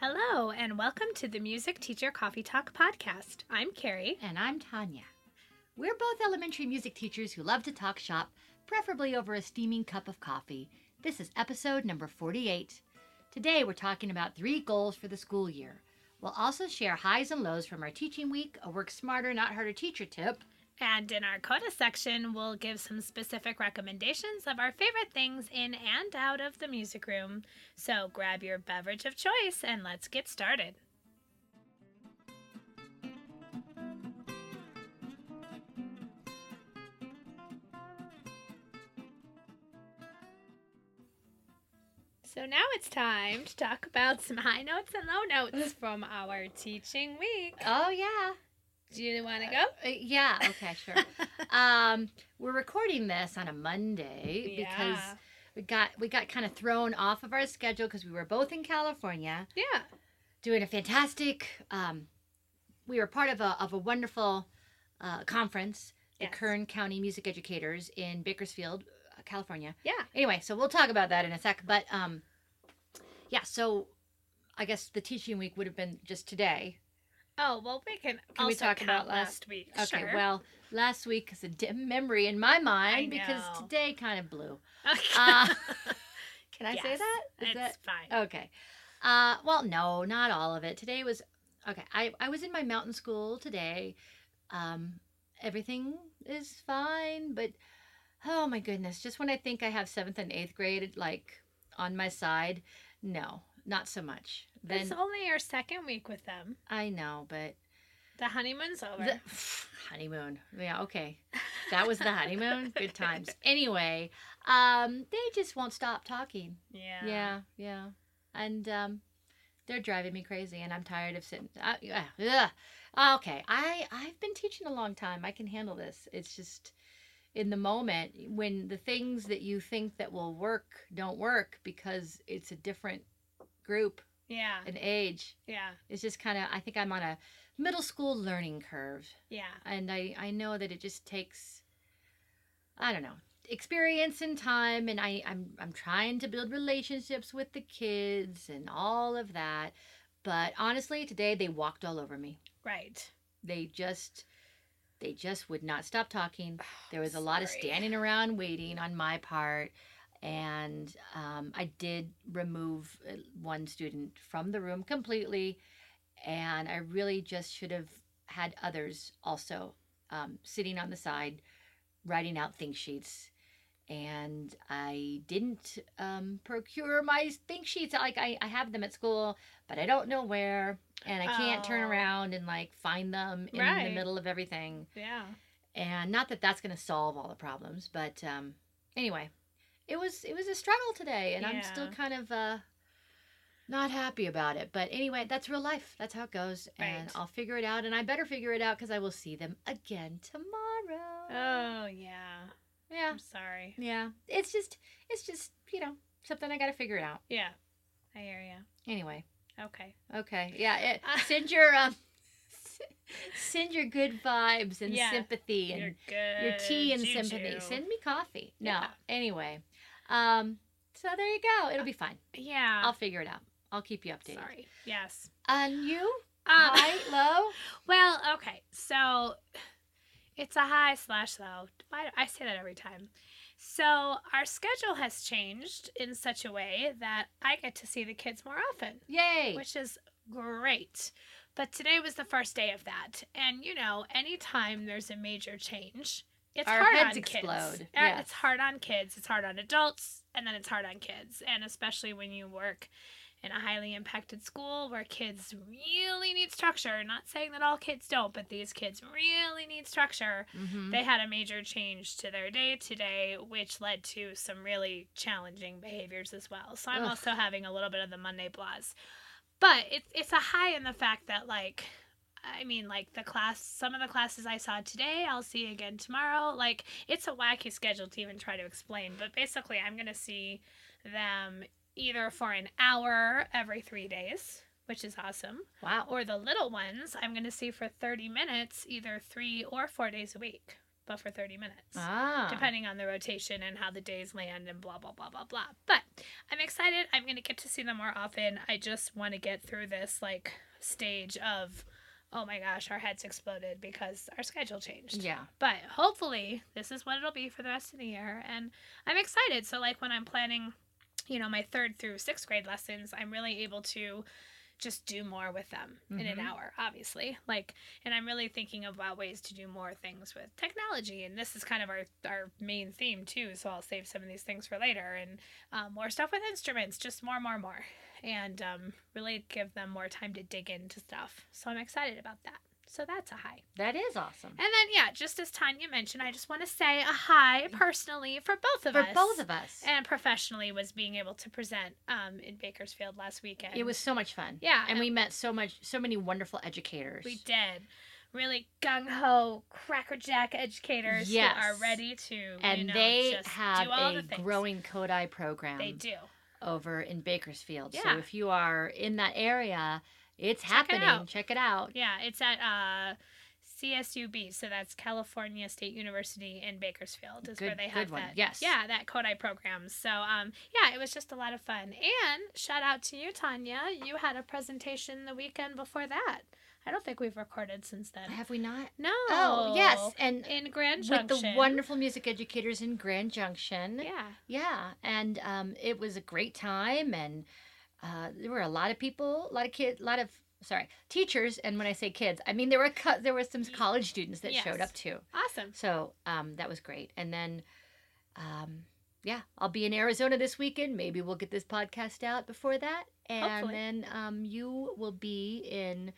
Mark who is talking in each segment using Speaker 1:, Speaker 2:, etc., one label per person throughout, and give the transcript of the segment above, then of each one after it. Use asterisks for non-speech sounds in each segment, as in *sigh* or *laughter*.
Speaker 1: Hello, and welcome to the Music Teacher Coffee Talk podcast. I'm Carrie.
Speaker 2: And I'm Tanya. We're both elementary music teachers who love to talk shop, preferably over a steaming cup of coffee. This is episode number 48. Today we're talking about three goals for the school year. We'll also share highs and lows from our teaching week, a work smarter, not harder teacher tip,
Speaker 1: And in our CODA section, we'll give some specific recommendations of our favorite things in and out of the music room. So grab your beverage of choice and let's get started. So now it's time to talk about some high notes and low notes from our teaching week.
Speaker 2: Oh yeah.
Speaker 1: Do you want to go?
Speaker 2: Uh, yeah, okay, sure. um, we're recording this on a Monday because
Speaker 1: Yeah.
Speaker 2: we got we got kind of thrown off of our schedule because we were both in California.
Speaker 1: Yeah.
Speaker 2: doing a fantastic. Um, we were part of a of a wonderful uh, conference, the
Speaker 1: Yes.
Speaker 2: Kern County Music Educators in Bakersfield, uh, California.
Speaker 1: Yeah.
Speaker 2: Anyway, so we'll talk about that in a sec. But um, yeah, so I guess the teaching week would have been just today.
Speaker 1: Oh well, we can.
Speaker 2: Can we
Speaker 1: also
Speaker 2: talk
Speaker 1: count
Speaker 2: about
Speaker 1: last,
Speaker 2: last-
Speaker 1: week?
Speaker 2: Okay,
Speaker 1: sure.
Speaker 2: well, last week is a dim memory in my mind because
Speaker 1: know.
Speaker 2: today kind of blew.
Speaker 1: *laughs* Okay. *laughs*
Speaker 2: Uh, oh, can I say
Speaker 1: Yes,
Speaker 2: that? Is
Speaker 1: it's
Speaker 2: that
Speaker 1: fine.
Speaker 2: Okay. Uh, well, no, not all of it. Today was okay. I, I was in my mountain school today. Um, everything is fine, but oh my goodness, just when I think I have seventh and eighth grade like on my side, no, not so much. Then
Speaker 1: it's only your second week with them.
Speaker 2: I know, but
Speaker 1: The honeymoon's over.
Speaker 2: the, *sighs* honeymoon. Yeah, okay. That was
Speaker 1: *laughs*
Speaker 2: the honeymoon. Good times. Anyway, um, they just won't stop talking.
Speaker 1: yeah.
Speaker 2: Yeah, yeah. And um, they're driving me crazy, and I'm tired of sitting. Uh, yeah, ugh. Ah, Okay, I I've been teaching a long time. I can handle this. It's just in the moment when the things that you think that will work don't work because it's a different group
Speaker 1: Yeah.
Speaker 2: and age.
Speaker 1: Yeah.
Speaker 2: It's just kind of I think I'm on a middle school learning curve,
Speaker 1: Yeah.
Speaker 2: and I I know that it just takes I don't know experience and time and I I'm I'm trying to build relationships with the kids and all of that but honestly today they walked all over me
Speaker 1: Right.
Speaker 2: they just they just would not stop talking *sighs*
Speaker 1: *sighs*
Speaker 2: there was a lot of
Speaker 1: Sorry.
Speaker 2: standing around waiting on my part and um, i did remove uh, one student from the room completely and i really just should have had others also um, sitting on the side writing out think sheets and i didn't um, procure my think sheets like I, I have them at school but i don't know where and i can't turn
Speaker 1: Oh.
Speaker 2: around and like find them in
Speaker 1: Right.
Speaker 2: the middle of everything
Speaker 1: Yeah.
Speaker 2: and not that that's going to solve all the problems but um anyway it was it was a struggle today and i'm still
Speaker 1: Yeah.
Speaker 2: kind of uh not happy about it but anyway that's real life that's how it goes and
Speaker 1: Right.
Speaker 2: i'll figure it out and i better figure it out because i will see them again tomorrow
Speaker 1: Oh yeah.
Speaker 2: yeah
Speaker 1: I'm sorry.
Speaker 2: yeah it's just it's just you know something i gotta figure it out
Speaker 1: Yeah. I hear you.
Speaker 2: anyway
Speaker 1: Okay.
Speaker 2: okay yeah it,
Speaker 1: Uh,
Speaker 2: send your um *laughs* send your good vibes and
Speaker 1: Yeah.
Speaker 2: sympathy and
Speaker 1: You're good.
Speaker 2: your tea and
Speaker 1: juju.
Speaker 2: sympathy. Send me coffee. No.
Speaker 1: Yeah.
Speaker 2: Anyway, um, so there you go. It'll be fine.
Speaker 1: Yeah.
Speaker 2: I'll figure it out. I'll keep you updated.
Speaker 1: Uh, Sorry. Yes.
Speaker 2: And you,
Speaker 1: Um,
Speaker 2: *laughs* high, low.
Speaker 1: *laughs* Well, okay, so it's a high slash low. Why I say that every time. So our schedule has changed in such a way that I get to see the kids more often,
Speaker 2: Yay!
Speaker 1: which is great. But today was the first day of that, and you know, anytime there's a major change, it's
Speaker 2: Our
Speaker 1: hard
Speaker 2: heads
Speaker 1: on kids.
Speaker 2: explode,
Speaker 1: Uh,
Speaker 2: yes.
Speaker 1: It's hard on kids. It's hard on adults, and then it's hard on kids, and especially when you work in a highly impacted school where kids really need structure. Not saying that all kids don't, but these kids really need structure.
Speaker 2: Mm-hmm.
Speaker 1: They had a major change to their day today, which led to some really challenging behaviors as well. So I'm
Speaker 2: Ugh.
Speaker 1: also having a little bit of the Monday blahs. But it's it's a high in the fact that like I mean like the class some of the classes I saw today I'll see again tomorrow. Like it's a wacky schedule to even try to explain, but basically I'm gonna see them either for an hour every three days, which is awesome
Speaker 2: Wow.
Speaker 1: or the little ones I'm going to see for 30 minutes either three or four days a week, but for 30 minutes.
Speaker 2: Ah.
Speaker 1: Depending on the rotation and how the days land and blah, blah, blah, blah, blah. But I'm excited. I'm going to get to see them more often. I just want to get through this, like, stage of, oh my gosh, our heads exploded because our schedule changed.
Speaker 2: Yeah.
Speaker 1: But hopefully, this is what it'll be for the rest of the year. And I'm excited. So, like, when I'm planning, you know, my third through sixth grade lessons, I'm really able to just do more with them in an
Speaker 2: Mhm.
Speaker 1: hour, obviously. Like, and I'm really thinking about ways to do more things with technology. And this is kind of our, our main theme, too. So, I'll save some of these things for later and um, more stuff with instruments, just more, more, more. And um, really give them more time to dig into stuff. So, I'm excited about that. So, that's a high.
Speaker 2: That is awesome.
Speaker 1: And then, yeah, just as Tanya mentioned, I just want to say a hi personally for both of
Speaker 2: For
Speaker 1: us.
Speaker 2: both of us.
Speaker 1: And professionally was being able to present um, in Bakersfield last weekend.
Speaker 2: it was so much fun.
Speaker 1: yeah,
Speaker 2: And we met so much, so many wonderful educators.
Speaker 1: we did really gung ho crackerjack educators
Speaker 2: Yes.
Speaker 1: who are ready to
Speaker 2: And
Speaker 1: you know,
Speaker 2: they
Speaker 1: just
Speaker 2: have
Speaker 1: do all the
Speaker 2: a
Speaker 1: things.
Speaker 2: growing um, Kodai program
Speaker 1: They do.
Speaker 2: over in Bakersfield.
Speaker 1: Yeah.
Speaker 2: So if you are in that area, it's
Speaker 1: Check it
Speaker 2: happening.
Speaker 1: out.
Speaker 2: Check it out.
Speaker 1: Yeah, it's at uh, CSUB, so that's California State University in Bakersfield, is where
Speaker 2: Good-
Speaker 1: they have
Speaker 2: good one.
Speaker 1: that.
Speaker 2: Yes.
Speaker 1: Yeah, that Kodai program. So, um, yeah, it was just a lot of fun. And shout out to you, Tanya. You had a presentation the weekend before that. I don't think we've recorded since then.
Speaker 2: Have we not?
Speaker 1: No.
Speaker 2: Oh, yes. And
Speaker 1: In Grand
Speaker 2: with
Speaker 1: Junction.
Speaker 2: the wonderful music educators in Grand Junction.
Speaker 1: Yeah.
Speaker 2: Yeah, and um, it was a great time, and uh, there were a lot of people, a lot of kids, a lot of sorry teachers. And when I say kids, I mean there were co- there were some
Speaker 1: Ye-
Speaker 2: college students that showed
Speaker 1: yes.
Speaker 2: up too.
Speaker 1: Awesome.
Speaker 2: So um, that was great. And then, um, yeah, I'll be in Arizona this weekend. Maybe we'll get this podcast out before that, and
Speaker 1: Hopefully.
Speaker 2: then um, you will be in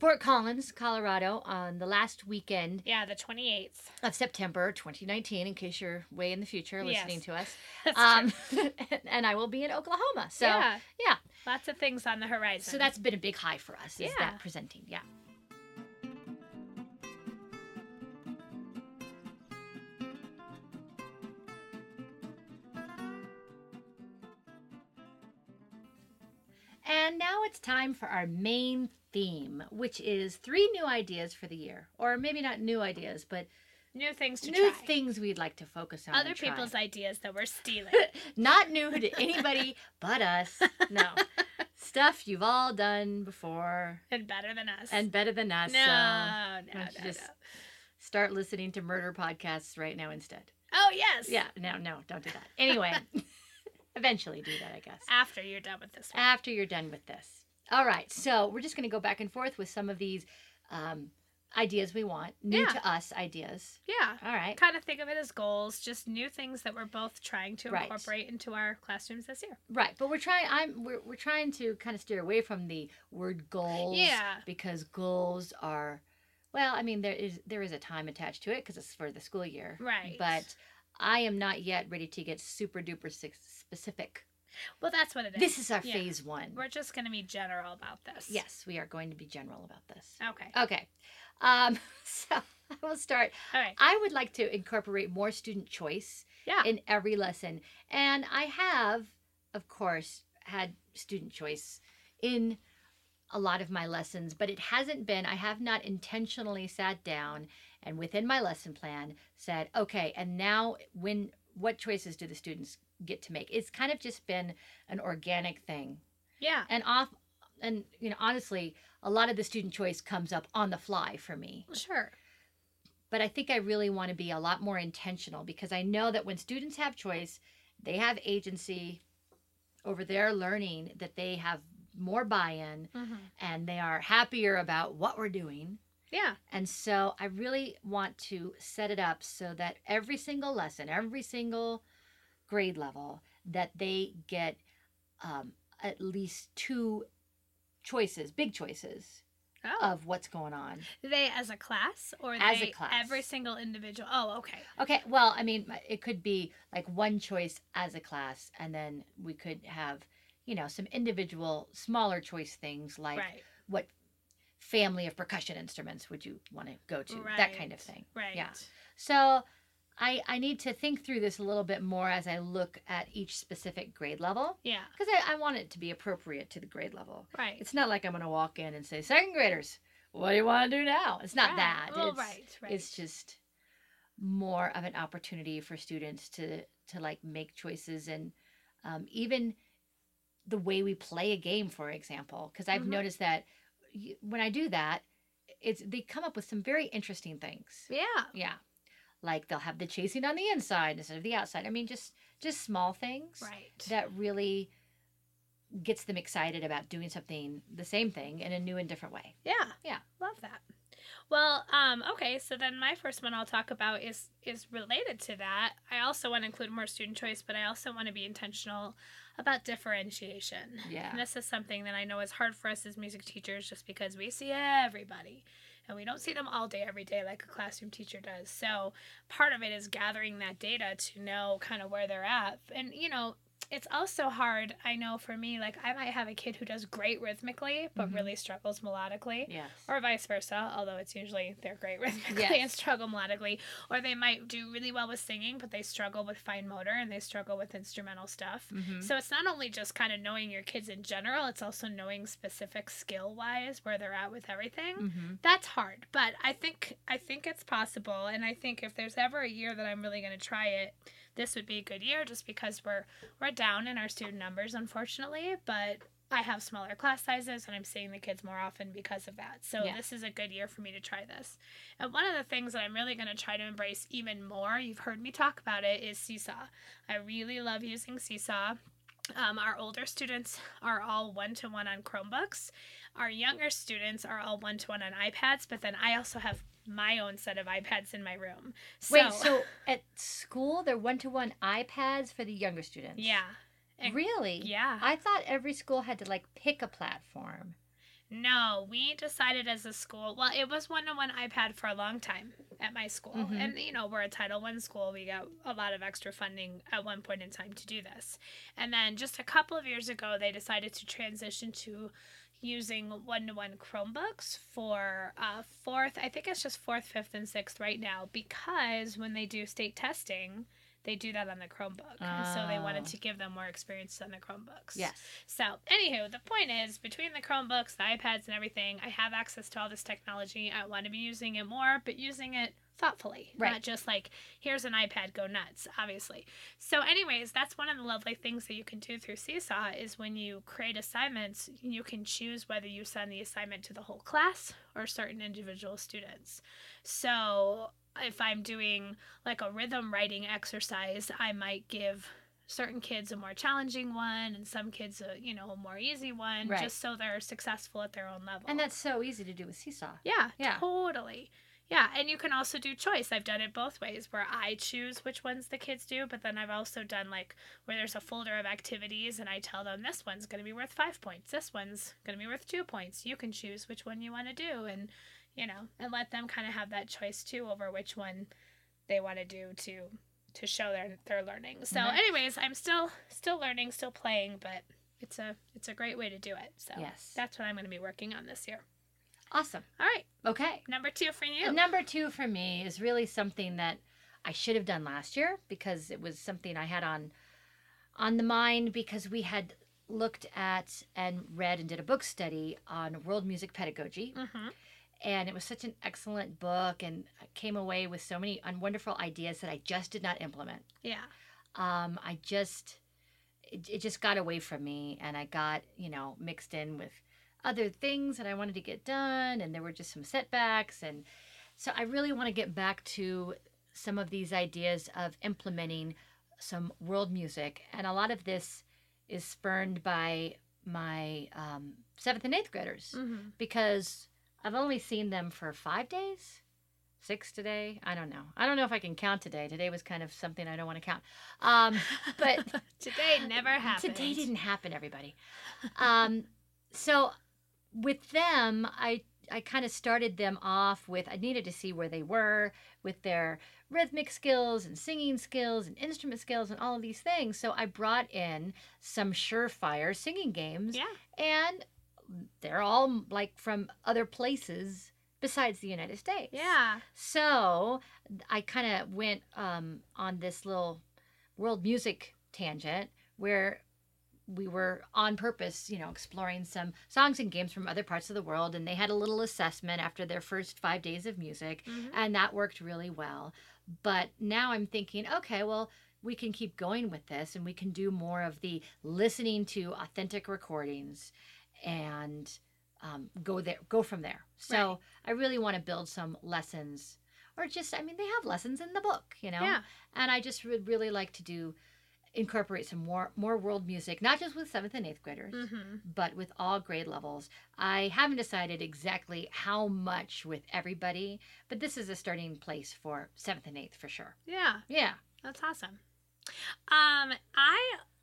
Speaker 2: Fort Collins, Colorado, on the last weekend
Speaker 1: Yeah, the 28th.
Speaker 2: of September 2019. In case you're way in the future
Speaker 1: Yes.
Speaker 2: listening to us
Speaker 1: *laughs* That's
Speaker 2: um, *laughs*
Speaker 1: correct.
Speaker 2: and I will be in Oklahoma. So,
Speaker 1: yeah.
Speaker 2: yeah.
Speaker 1: Lots of things on the horizon.
Speaker 2: so that's been a big high for us. Is
Speaker 1: Yeah.
Speaker 2: that presenting? Yeah. And now it's time for our main theme, which is three new ideas for the year, or maybe not new ideas, but
Speaker 1: new things to
Speaker 2: new
Speaker 1: try.
Speaker 2: things we'd like to focus on.
Speaker 1: Other
Speaker 2: and try.
Speaker 1: people's ideas that we're stealing.
Speaker 2: *laughs* not new
Speaker 1: *laughs*
Speaker 2: to anybody but us. No. Stuff you've all done before
Speaker 1: and better than us.
Speaker 2: and better than us.
Speaker 1: No,
Speaker 2: So
Speaker 1: no,
Speaker 2: why
Speaker 1: no,
Speaker 2: don't you just-
Speaker 1: no.
Speaker 2: start listening to murder podcasts right now instead.
Speaker 1: Oh yes.
Speaker 2: Yeah, no, no, don't do that.
Speaker 1: *laughs*
Speaker 2: Anyway, eventually do that, I guess.
Speaker 1: After you're done with this one.
Speaker 2: After you're done with this. All right. So we're just going to go back and forth with some of these um, ideas we want, new
Speaker 1: Yeah.
Speaker 2: to us ideas.
Speaker 1: yeah.
Speaker 2: All right.
Speaker 1: Kind of think of it as goals, just new things that we're both trying to
Speaker 2: Right.
Speaker 1: incorporate into our classrooms this year.
Speaker 2: Right. But we're trying, I'm, we're, we're trying to kind of steer away from the word goals.
Speaker 1: Yeah.
Speaker 2: because goals are well i mean there is there is a time attached to it because it's for the school year
Speaker 1: Right.
Speaker 2: but i am not yet ready to get super duper six- specific
Speaker 1: Well, that's what it is.
Speaker 2: this is our
Speaker 1: Yeah.
Speaker 2: phase one
Speaker 1: We're just going to be general about this.
Speaker 2: yes we are going to be general about this
Speaker 1: Okay.
Speaker 2: okay um *laughs* so i will start
Speaker 1: All right.
Speaker 2: i would like to incorporate more student choice
Speaker 1: Yeah.
Speaker 2: in every lesson and i have of course had student choice in a lot of my lessons, but it hasn't been, I have not intentionally sat down and within my lesson plan said, okay, and now when, what choices do the students get to make? It's kind of just been an organic thing.
Speaker 1: yeah.
Speaker 2: And off, and you know, honestly, a lot of the student choice comes up on the fly for me.
Speaker 1: Sure.
Speaker 2: But I think I really want to be a lot more intentional because I know that when students have choice, they have agency over their learning, that they have more buy in
Speaker 1: hmm
Speaker 2: and they are happier about what we're doing.
Speaker 1: Yeah.
Speaker 2: And so I really want to set it up so that every single lesson, every single grade level, that they get um, at least two choices, big choices
Speaker 1: Oh.
Speaker 2: of what's going on.
Speaker 1: they as a class or
Speaker 2: As a
Speaker 1: they
Speaker 2: class.
Speaker 1: every single individual? Oh, okay.
Speaker 2: Okay, well, I mean, uh, it could be like one choice as a class, and then we could have, you know, some individual smaller choice things like
Speaker 1: right.
Speaker 2: what family of percussion instruments would you want to go to, that kind of
Speaker 1: Right.
Speaker 2: thing.
Speaker 1: Right.
Speaker 2: yeah. So I I need to think through this a little bit more as I look at each specific grade level
Speaker 1: Yeah.
Speaker 2: because I, I want it to be appropriate to the grade level.
Speaker 1: Right.
Speaker 2: It's not like I'm going to walk in and say, second graders, what do you want to do now? It's not
Speaker 1: Right.
Speaker 2: that.
Speaker 1: Well,
Speaker 2: it's,
Speaker 1: right. Right.
Speaker 2: It's just more of an opportunity for students to to like make choices and um, even the way we play a game for example because i've
Speaker 1: Mhm.
Speaker 2: noticed that y- when i do that it's they come up with some very interesting things
Speaker 1: Yeah.
Speaker 2: yeah like they'll have the chasing on the inside instead of the outside i mean just just small things
Speaker 1: Right.
Speaker 2: that really gets them excited about doing something the same thing in a new and different way
Speaker 1: Yeah.
Speaker 2: Yeah.
Speaker 1: Love that. Well, um, okay, so then my first one I'll talk about is is related to that. I also want to include more student choice, but I also want to be intentional about differentiation.
Speaker 2: yeah
Speaker 1: And this is something that I know is hard for us as music teachers just because we see everybody and we don't see them all day every day like a classroom teacher does. So part of it is gathering that data to know kind of where they're at. And you know, it's also hard, I know for me, like I might have a kid who does great rhythmically but
Speaker 2: Mhm.
Speaker 1: really struggles melodically
Speaker 2: yes
Speaker 1: or vice versa although it's usually they're great *laughs* rhythmically
Speaker 2: Yes.
Speaker 1: and struggle melodically or they might do really well with singing but they struggle with fine motor and they struggle with instrumental stuff
Speaker 2: Mhm.
Speaker 1: so it's not only just kind of knowing your kids in general it's also knowing specific skill wise where they're at with everything
Speaker 2: Mhm.
Speaker 1: that's hard but i think i think it's possible and i think if there's ever a year that i'm really going to try it this would be a good year just because we're we're down in our student numbers unfortunately but i have smaller class sizes and i'm seeing the kids more often because of that so
Speaker 2: Yeah.
Speaker 1: this is a good year for me to try this and one of the things that i'm really going to try to embrace even more you've heard me talk about it is seesaw i really love using seesaw um, our older students are all one to one on Chromebooks. Our younger students are all one to one on iPads, but then I also have my own set of iPads in my room. So,
Speaker 2: Wait, so at school they're one to one iPads for the younger students.
Speaker 1: yeah, and-
Speaker 2: Really?
Speaker 1: yeah.
Speaker 2: I thought every school had to like pick a platform.
Speaker 1: No, we decided as a school. Well, it was one to one iPad for a long time at my school,
Speaker 2: Mhm.
Speaker 1: and you know we're a Title One school. We got a lot of extra funding at one point in time to do this, and then just a couple of years ago, they decided to transition to using one to one Chromebooks for uh, fourth. I think it's just fourth, fifth, and sixth right now because when they do state testing, they do that on the Chromebook, and so they wanted
Speaker 2: Oh.
Speaker 1: to give them more experience on the Chromebooks.
Speaker 2: Yes.
Speaker 1: So, anywho, the point is between the Chromebooks, the iPads, and everything, I have access to all this technology. I want to be using it more, but using it thoughtfully,
Speaker 2: Right.
Speaker 1: not just like, here's an iPad, go nuts, obviously. So, anyways, that's one of the lovely things that you can do through Seesaw is when you create assignments, you can choose whether you send the assignment to the whole class or certain individual students. So, if I'm doing like a rhythm writing exercise, I might give certain kids a more challenging one and some kids a you know a more easy one
Speaker 2: Right.
Speaker 1: just so they're successful at their own level
Speaker 2: And that's so easy to do with Seesaw.
Speaker 1: yeah,
Speaker 2: Yeah.
Speaker 1: totally. Yeah, and you can also do choice. I've done it both ways where I choose which ones the kids do, but then I've also done like where there's a folder of activities and I tell them this one's going to be worth 5 points. This one's going to be worth 2 points. You can choose which one you want to do and you know, and let them kind of have that choice too over which one they want to do to to show their their learning. So
Speaker 2: Nice.
Speaker 1: anyways, I'm still still learning, still playing, but it's a it's a great way to do it. So
Speaker 2: Yes.
Speaker 1: that's what I'm going to be working on this year.
Speaker 2: Awesome.
Speaker 1: All right.
Speaker 2: Okay.
Speaker 1: Number two for you.
Speaker 2: And number two for me is really something that I should have done last year because it was something I had on on the mind because we had looked at and read and did a book study on world music pedagogy
Speaker 1: hmm
Speaker 2: and it was such an excellent book and I came away with so many un- wonderful ideas that I just did not implement.
Speaker 1: Yeah.
Speaker 2: Um, I just it, it just got away from me and I got, you know, mixed in with other things that I wanted to get done and there were just some setbacks and so I really want to get back to some of these ideas of implementing some world music and a lot of this is spurned by my um, seventh and eighth graders
Speaker 1: hmm
Speaker 2: because I've only seen them for five days, six today. I don't know. I don't know if I can count today. Today was kind of something I don't want to count. Um, but
Speaker 1: *laughs* today never happened.
Speaker 2: Today didn't happen, everybody. Um, *laughs* so with them, I I kind of started them off with I needed to see where they were with their rhythmic skills and singing skills and instrument skills and all of these things. So I brought in some surefire singing games
Speaker 1: Yeah.
Speaker 2: and they're all like from other places besides the United States.
Speaker 1: Yeah.
Speaker 2: So I kind of went um, on this little world music tangent where we were on purpose, you know, exploring some songs and games from other parts of the world. And they had a little assessment after their first five days of music,
Speaker 1: Mhm.
Speaker 2: and that worked really well. But now I'm thinking, okay, well, we can keep going with this and we can do more of the listening to authentic recordings and um, go there, go from there. So
Speaker 1: Right.
Speaker 2: I really want to build some lessons or just, I mean, they have lessons in the book, you know?
Speaker 1: Yeah.
Speaker 2: and I just would really like to do incorporate some more more world music, not just with seventh and eighth graders,
Speaker 1: Mm-hmm.
Speaker 2: but with all grade levels. I haven't decided exactly how much with everybody, but this is a starting place for seventh and eighth for sure.
Speaker 1: Yeah.
Speaker 2: Yeah.
Speaker 1: That's awesome. Um, I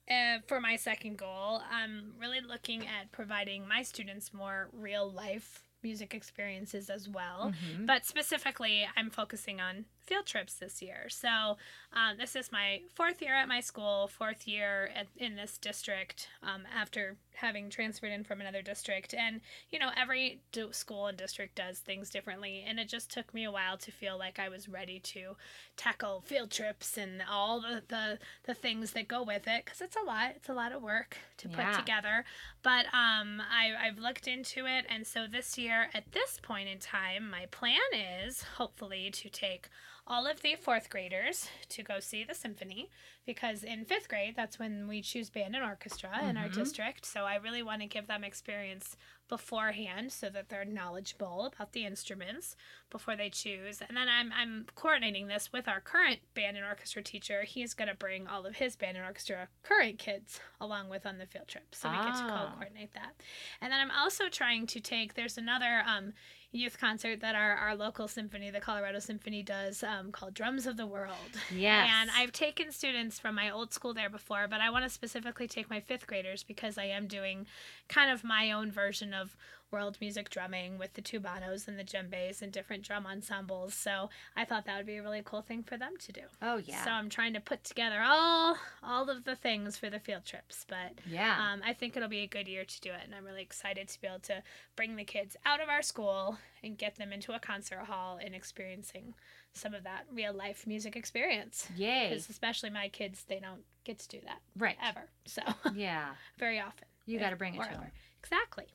Speaker 1: uh, for my second goal, I'm really looking at providing my students more real life music experiences as well.
Speaker 2: Mhm.
Speaker 1: But specifically, I'm focusing on field trips this year. So, um, this is my fourth year at my school, fourth year at, in this district um, after having transferred in from another district. And, you know, every d- school and district does things differently. And it just took me a while to feel like I was ready to tackle field trips and all the, the, the things that go with it because it's a lot. It's a lot of work to
Speaker 2: Yeah.
Speaker 1: put together but um, I, I've looked into it, and so this year, at this point in time, my plan is hopefully to take all of the fourth graders to go see the symphony because in fifth grade, that's when we choose band and orchestra in our
Speaker 2: Mhm.
Speaker 1: district. So I really want to give them experience beforehand so that they're knowledgeable about the instruments before they choose. And then I'm, I'm coordinating this with our current band and orchestra teacher. He's going to bring all of his band and orchestra current kids along with on the field trip. So we get to
Speaker 2: Ah.
Speaker 1: co-coordinate that. And then I'm also trying to take, there's another um, youth concert that our, our local symphony, the Colorado Symphony does um, called Drums of the World.
Speaker 2: Yes.
Speaker 1: And I've taken students from my old school there before, but I want to specifically take my fifth graders because I am doing kind of my own version of world music drumming with the tubanos and the djembes and different drum ensembles. So I thought that would be a really cool thing for them to do.
Speaker 2: Oh yeah.
Speaker 1: So I'm trying to put together all all of the things for the field trips, but
Speaker 2: yeah.
Speaker 1: um, I think it'll be a good year to do it, and I'm really excited to be able to bring the kids out of our school and get them into a concert hall and experiencing some of that real life music experience.
Speaker 2: Yay.
Speaker 1: Because especially my kids, they don't get to do that
Speaker 2: Right.
Speaker 1: ever, so *laughs*
Speaker 2: Yeah.
Speaker 1: very often.
Speaker 2: You
Speaker 1: If-
Speaker 2: got to bring it
Speaker 1: or
Speaker 2: to
Speaker 1: ever.
Speaker 2: them.
Speaker 1: Exactly.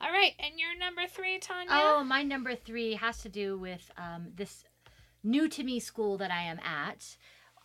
Speaker 1: All right, and your number three, Tanya.
Speaker 2: Oh, my number three has to do with um, this new to me school that I am at.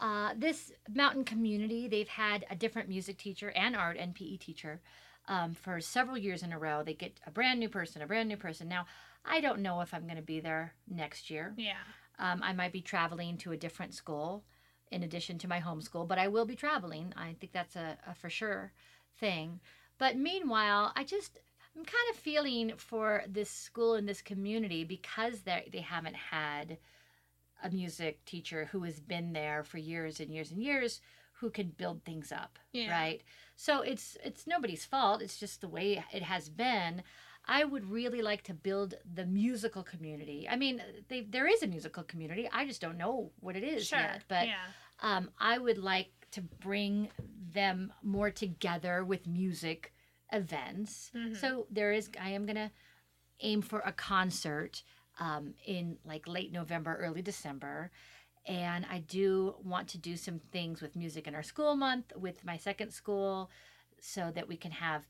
Speaker 2: Uh, this mountain community, they've had a different music teacher and art and PE teacher um, for several years in a row. They get a brand new person, a brand new person. Now, I don't know if I'm going to be there next year.
Speaker 1: Yeah.
Speaker 2: Um, I might be traveling to a different school in addition to my home school, but I will be traveling. I think that's a, a for sure thing. But meanwhile, I just I'm kind of feeling for this school and this community because they they haven't had a music teacher who has been there for years and years and years who can build things up,
Speaker 1: Yeah.
Speaker 2: right? So it's it's nobody's fault. It's just the way it has been. I would really like to build the musical community. I mean, they, there is a musical community. I just don't know what it is
Speaker 1: Sure.
Speaker 2: yet. But
Speaker 1: yeah.
Speaker 2: um, I would like to bring them more together with music events.
Speaker 1: Mhm.
Speaker 2: So there is, I am going to aim for a concert um, in like late November, early December. And I do want to do some things with music in our school month with my second school so that we can have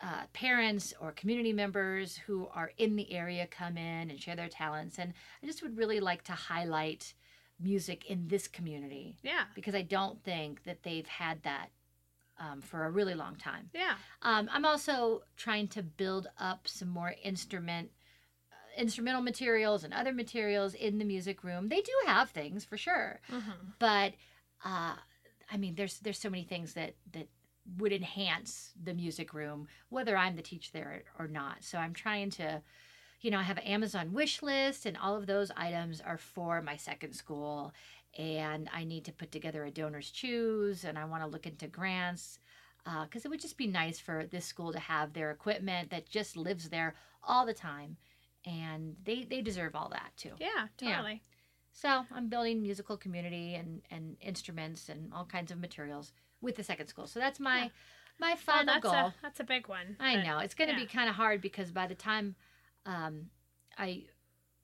Speaker 2: uh, parents or community members who are in the area come in and share their talents. And I just would really like to highlight music in this community
Speaker 1: Yeah.
Speaker 2: because I don't think that they've had that um, for a really long time.
Speaker 1: Yeah.
Speaker 2: Um, I'm also trying to build up some more instrument uh, instrumental materials and other materials in the music room. They do have things for sure,
Speaker 1: Mm-hmm.
Speaker 2: but uh, I mean, there's there's so many things that that would enhance the music room, whether I'm the teacher there or not. So I'm trying to, you know, I have an Amazon wish list, and all of those items are for my second school, and I need to put together a donors choose, and I want to look into grants. Because it would just be nice for this school to have their equipment that just lives there all the time, and they they deserve all that too.
Speaker 1: Yeah.
Speaker 2: Yeah.
Speaker 1: Totally. Oh,
Speaker 2: So I'm building musical community and, and instruments and all kinds of materials with the second school. So that's my
Speaker 1: Yeah.
Speaker 2: my
Speaker 1: Well,
Speaker 2: final
Speaker 1: that's
Speaker 2: goal.
Speaker 1: a that's a big one.
Speaker 2: I
Speaker 1: but-
Speaker 2: know it's going to
Speaker 1: yeah.
Speaker 2: be kind of hard because by the time um, I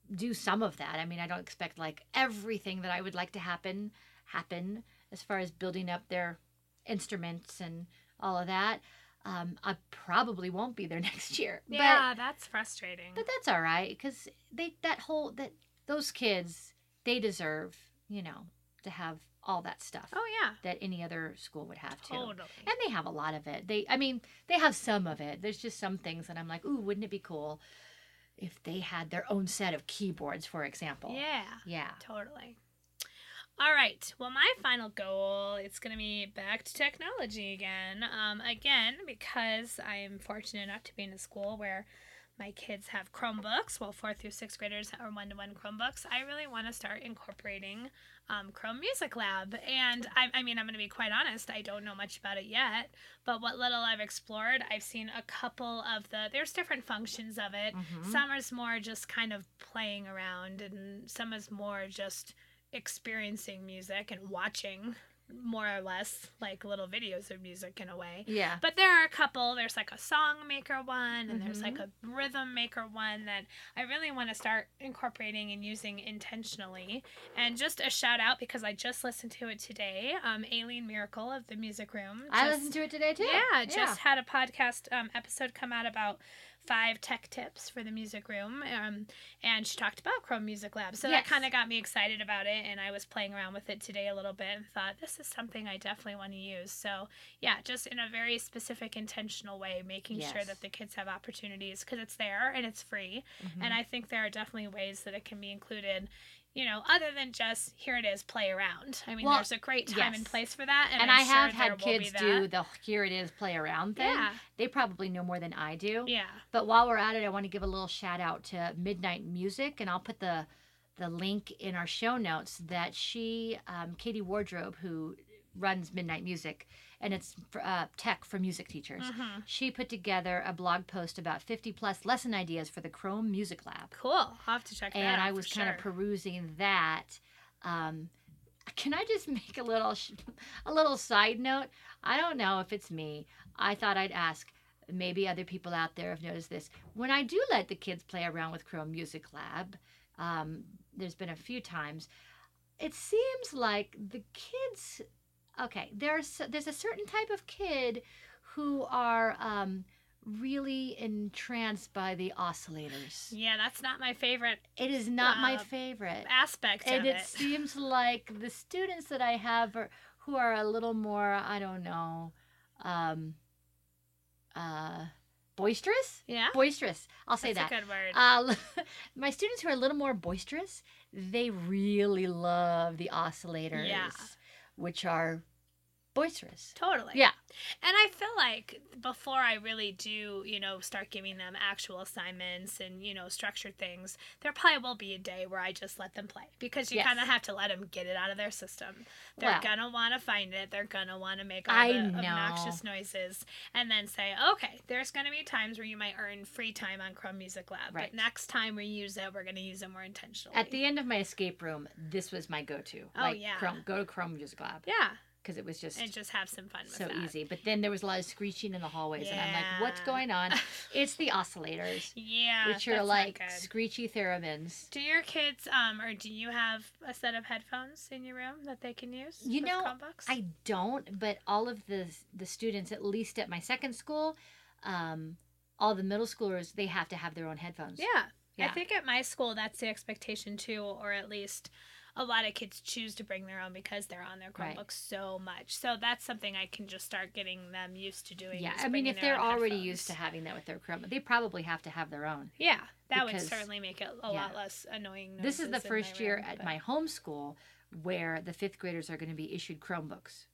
Speaker 2: do some of that, I mean I don't expect like everything that I would like to happen happen as far as building up their instruments and all of that. Um, I probably won't be there *laughs* next year. But
Speaker 1: yeah, that's frustrating.
Speaker 2: but that's all right because they that whole that those kids they deserve you know to have all that stuff
Speaker 1: oh yeah,
Speaker 2: that any other school would have to
Speaker 1: totally.
Speaker 2: and they have a lot of it they i mean they have some of it there's just some things that i'm like ooh wouldn't it be cool if they had their own set of keyboards for example
Speaker 1: Yeah,
Speaker 2: yeah
Speaker 1: totally. All right. Well, my final goal it's going to be back to technology again. Um, again, because I am fortunate enough to be in a school where my kids have Chromebooks. Well, fourth through sixth graders are one to one Chromebooks. I really want to start incorporating um, Chrome Music Lab. And I, I mean, I'm going to be quite honest, I don't know much about it yet. But what little I've explored, I've seen a couple of the, there's different functions of it.
Speaker 2: Mhm.
Speaker 1: Some is more just kind of playing around, and some is more just experiencing music and watching more or less like little videos of music in a way.
Speaker 2: yeah
Speaker 1: But there are a couple. There's like a song maker one, and there's like a
Speaker 2: Mm-hmm.
Speaker 1: rhythm maker one that I really want to start incorporating and using intentionally. And just a shout out because I just listened to it today. Um, Aileen Miracle of the Music Room.
Speaker 2: i
Speaker 1: just-
Speaker 2: listened to it today too
Speaker 1: yeah, just had a podcast um, episode come out about five tech tips for the music room, um, and she talked about Chrome Music Lab. So
Speaker 2: Yes.
Speaker 1: that kind of got me excited about it, and I was playing around with it today a little bit and thought this is something I definitely want to use. So yeah, just in a very specific, intentional way, making sure
Speaker 2: Yes.
Speaker 1: that the kids have opportunities because it's there and it's free,
Speaker 2: Mhm.
Speaker 1: and I think there are definitely ways that it can be included. You know, other than just here it is, play around. I mean,
Speaker 2: Well,
Speaker 1: there's a great time and
Speaker 2: yes.
Speaker 1: place for that, and,
Speaker 2: and
Speaker 1: I'm
Speaker 2: i have
Speaker 1: sure there
Speaker 2: had
Speaker 1: will be
Speaker 2: kids
Speaker 1: that.
Speaker 2: do the here it is play around thing
Speaker 1: Yeah.
Speaker 2: they probably know more than i do
Speaker 1: Yeah.
Speaker 2: But while we're at it, I want to give a little shout out to Midnight Music, and I'll put the the link in our show notes that she, um, Katie Wardrobe, who runs Midnight Music, and it's for, uh, tech for music teachers.
Speaker 1: Mhm.
Speaker 2: She put together a blog post about 50 plus lesson ideas for the Chrome Music Lab,
Speaker 1: Cool. I'll have to check that out.
Speaker 2: and I was
Speaker 1: for
Speaker 2: kind of
Speaker 1: sure.
Speaker 2: perusing that. Um, can I just *laughs* make a little sh- a little side note? I don't know if it's me. I thought I'd ask. Maybe other people out there have noticed this. When I do let the kids play around with Chrome Music Lab, um, there's been a few times. It seems like the kids. Okay, there's there's a certain type of kid who are um, really entranced by the oscillators.
Speaker 1: Yeah, that's not my favorite
Speaker 2: It is not my
Speaker 1: Uh,
Speaker 2: favorite
Speaker 1: aspect
Speaker 2: and
Speaker 1: of
Speaker 2: it
Speaker 1: it.
Speaker 2: *laughs* seems like the students that I have are, who are a little more, I don't know, um, uh, boisterous.
Speaker 1: yeah.
Speaker 2: Boisterous. I'll say
Speaker 1: that's
Speaker 2: that.
Speaker 1: a good word.
Speaker 2: Uh, *laughs* my students who are a little more boisterous, they really love the oscillators, which are boisterous.
Speaker 1: Totally.
Speaker 2: Yeah.
Speaker 1: And I feel like before I really do, you know, start giving them actual assignments and, you know, structured things, there probably will be a day where I just let them play because you
Speaker 2: Yes.
Speaker 1: kind of have to let them get it out of their system. They're
Speaker 2: Well.
Speaker 1: going to want to find it. They're going to want to make all
Speaker 2: I
Speaker 1: the
Speaker 2: know.
Speaker 1: obnoxious noises and then say, okay, there's going to be times where you might earn free time on Chrome Music Lab.
Speaker 2: Right.
Speaker 1: But next time we use it, we're going to use it more intentionally.
Speaker 2: At the end of my escape room, this was my go-to.
Speaker 1: Oh,
Speaker 2: like,
Speaker 1: yeah.
Speaker 2: Chrome, go to Chrome Music Lab
Speaker 1: yeah.
Speaker 2: because it was just
Speaker 1: and just have some fun with
Speaker 2: so
Speaker 1: that.
Speaker 2: easy. But then there was a lot of screeching in the hallways, and I'm like, what's
Speaker 1: Yeah.
Speaker 2: going on? It's the oscillators,
Speaker 1: *laughs* yeah,
Speaker 2: which are
Speaker 1: that's not
Speaker 2: like
Speaker 1: good.
Speaker 2: screechy theremins.
Speaker 1: Do your kids, um, or do you have a set of headphones in your room that they can use?
Speaker 2: You
Speaker 1: with
Speaker 2: know,
Speaker 1: Chromebooks?
Speaker 2: I don't, but all of the the students, at least at my second school, um, all the middle schoolers, they have to have their own headphones.
Speaker 1: yeah. I
Speaker 2: Yeah.
Speaker 1: think at my school that's the expectation too, or at least a lot of kids choose to bring their own because they're on their Chromebooks
Speaker 2: Right.
Speaker 1: so much. So that's something I can just start getting them used to doing.
Speaker 2: Yeah,
Speaker 1: is
Speaker 2: I mean,
Speaker 1: bringing
Speaker 2: if
Speaker 1: their
Speaker 2: they're
Speaker 1: own
Speaker 2: already
Speaker 1: headphones.
Speaker 2: used to having that with their Chrome, they probably have to have their own.
Speaker 1: yeah, that would
Speaker 2: because-
Speaker 1: certainly make it a
Speaker 2: yeah.
Speaker 1: lot less annoying.
Speaker 2: This is the
Speaker 1: noises in my
Speaker 2: first year
Speaker 1: room,
Speaker 2: at
Speaker 1: but-
Speaker 2: my home school where the fifth graders are going to be issued Chromebooks.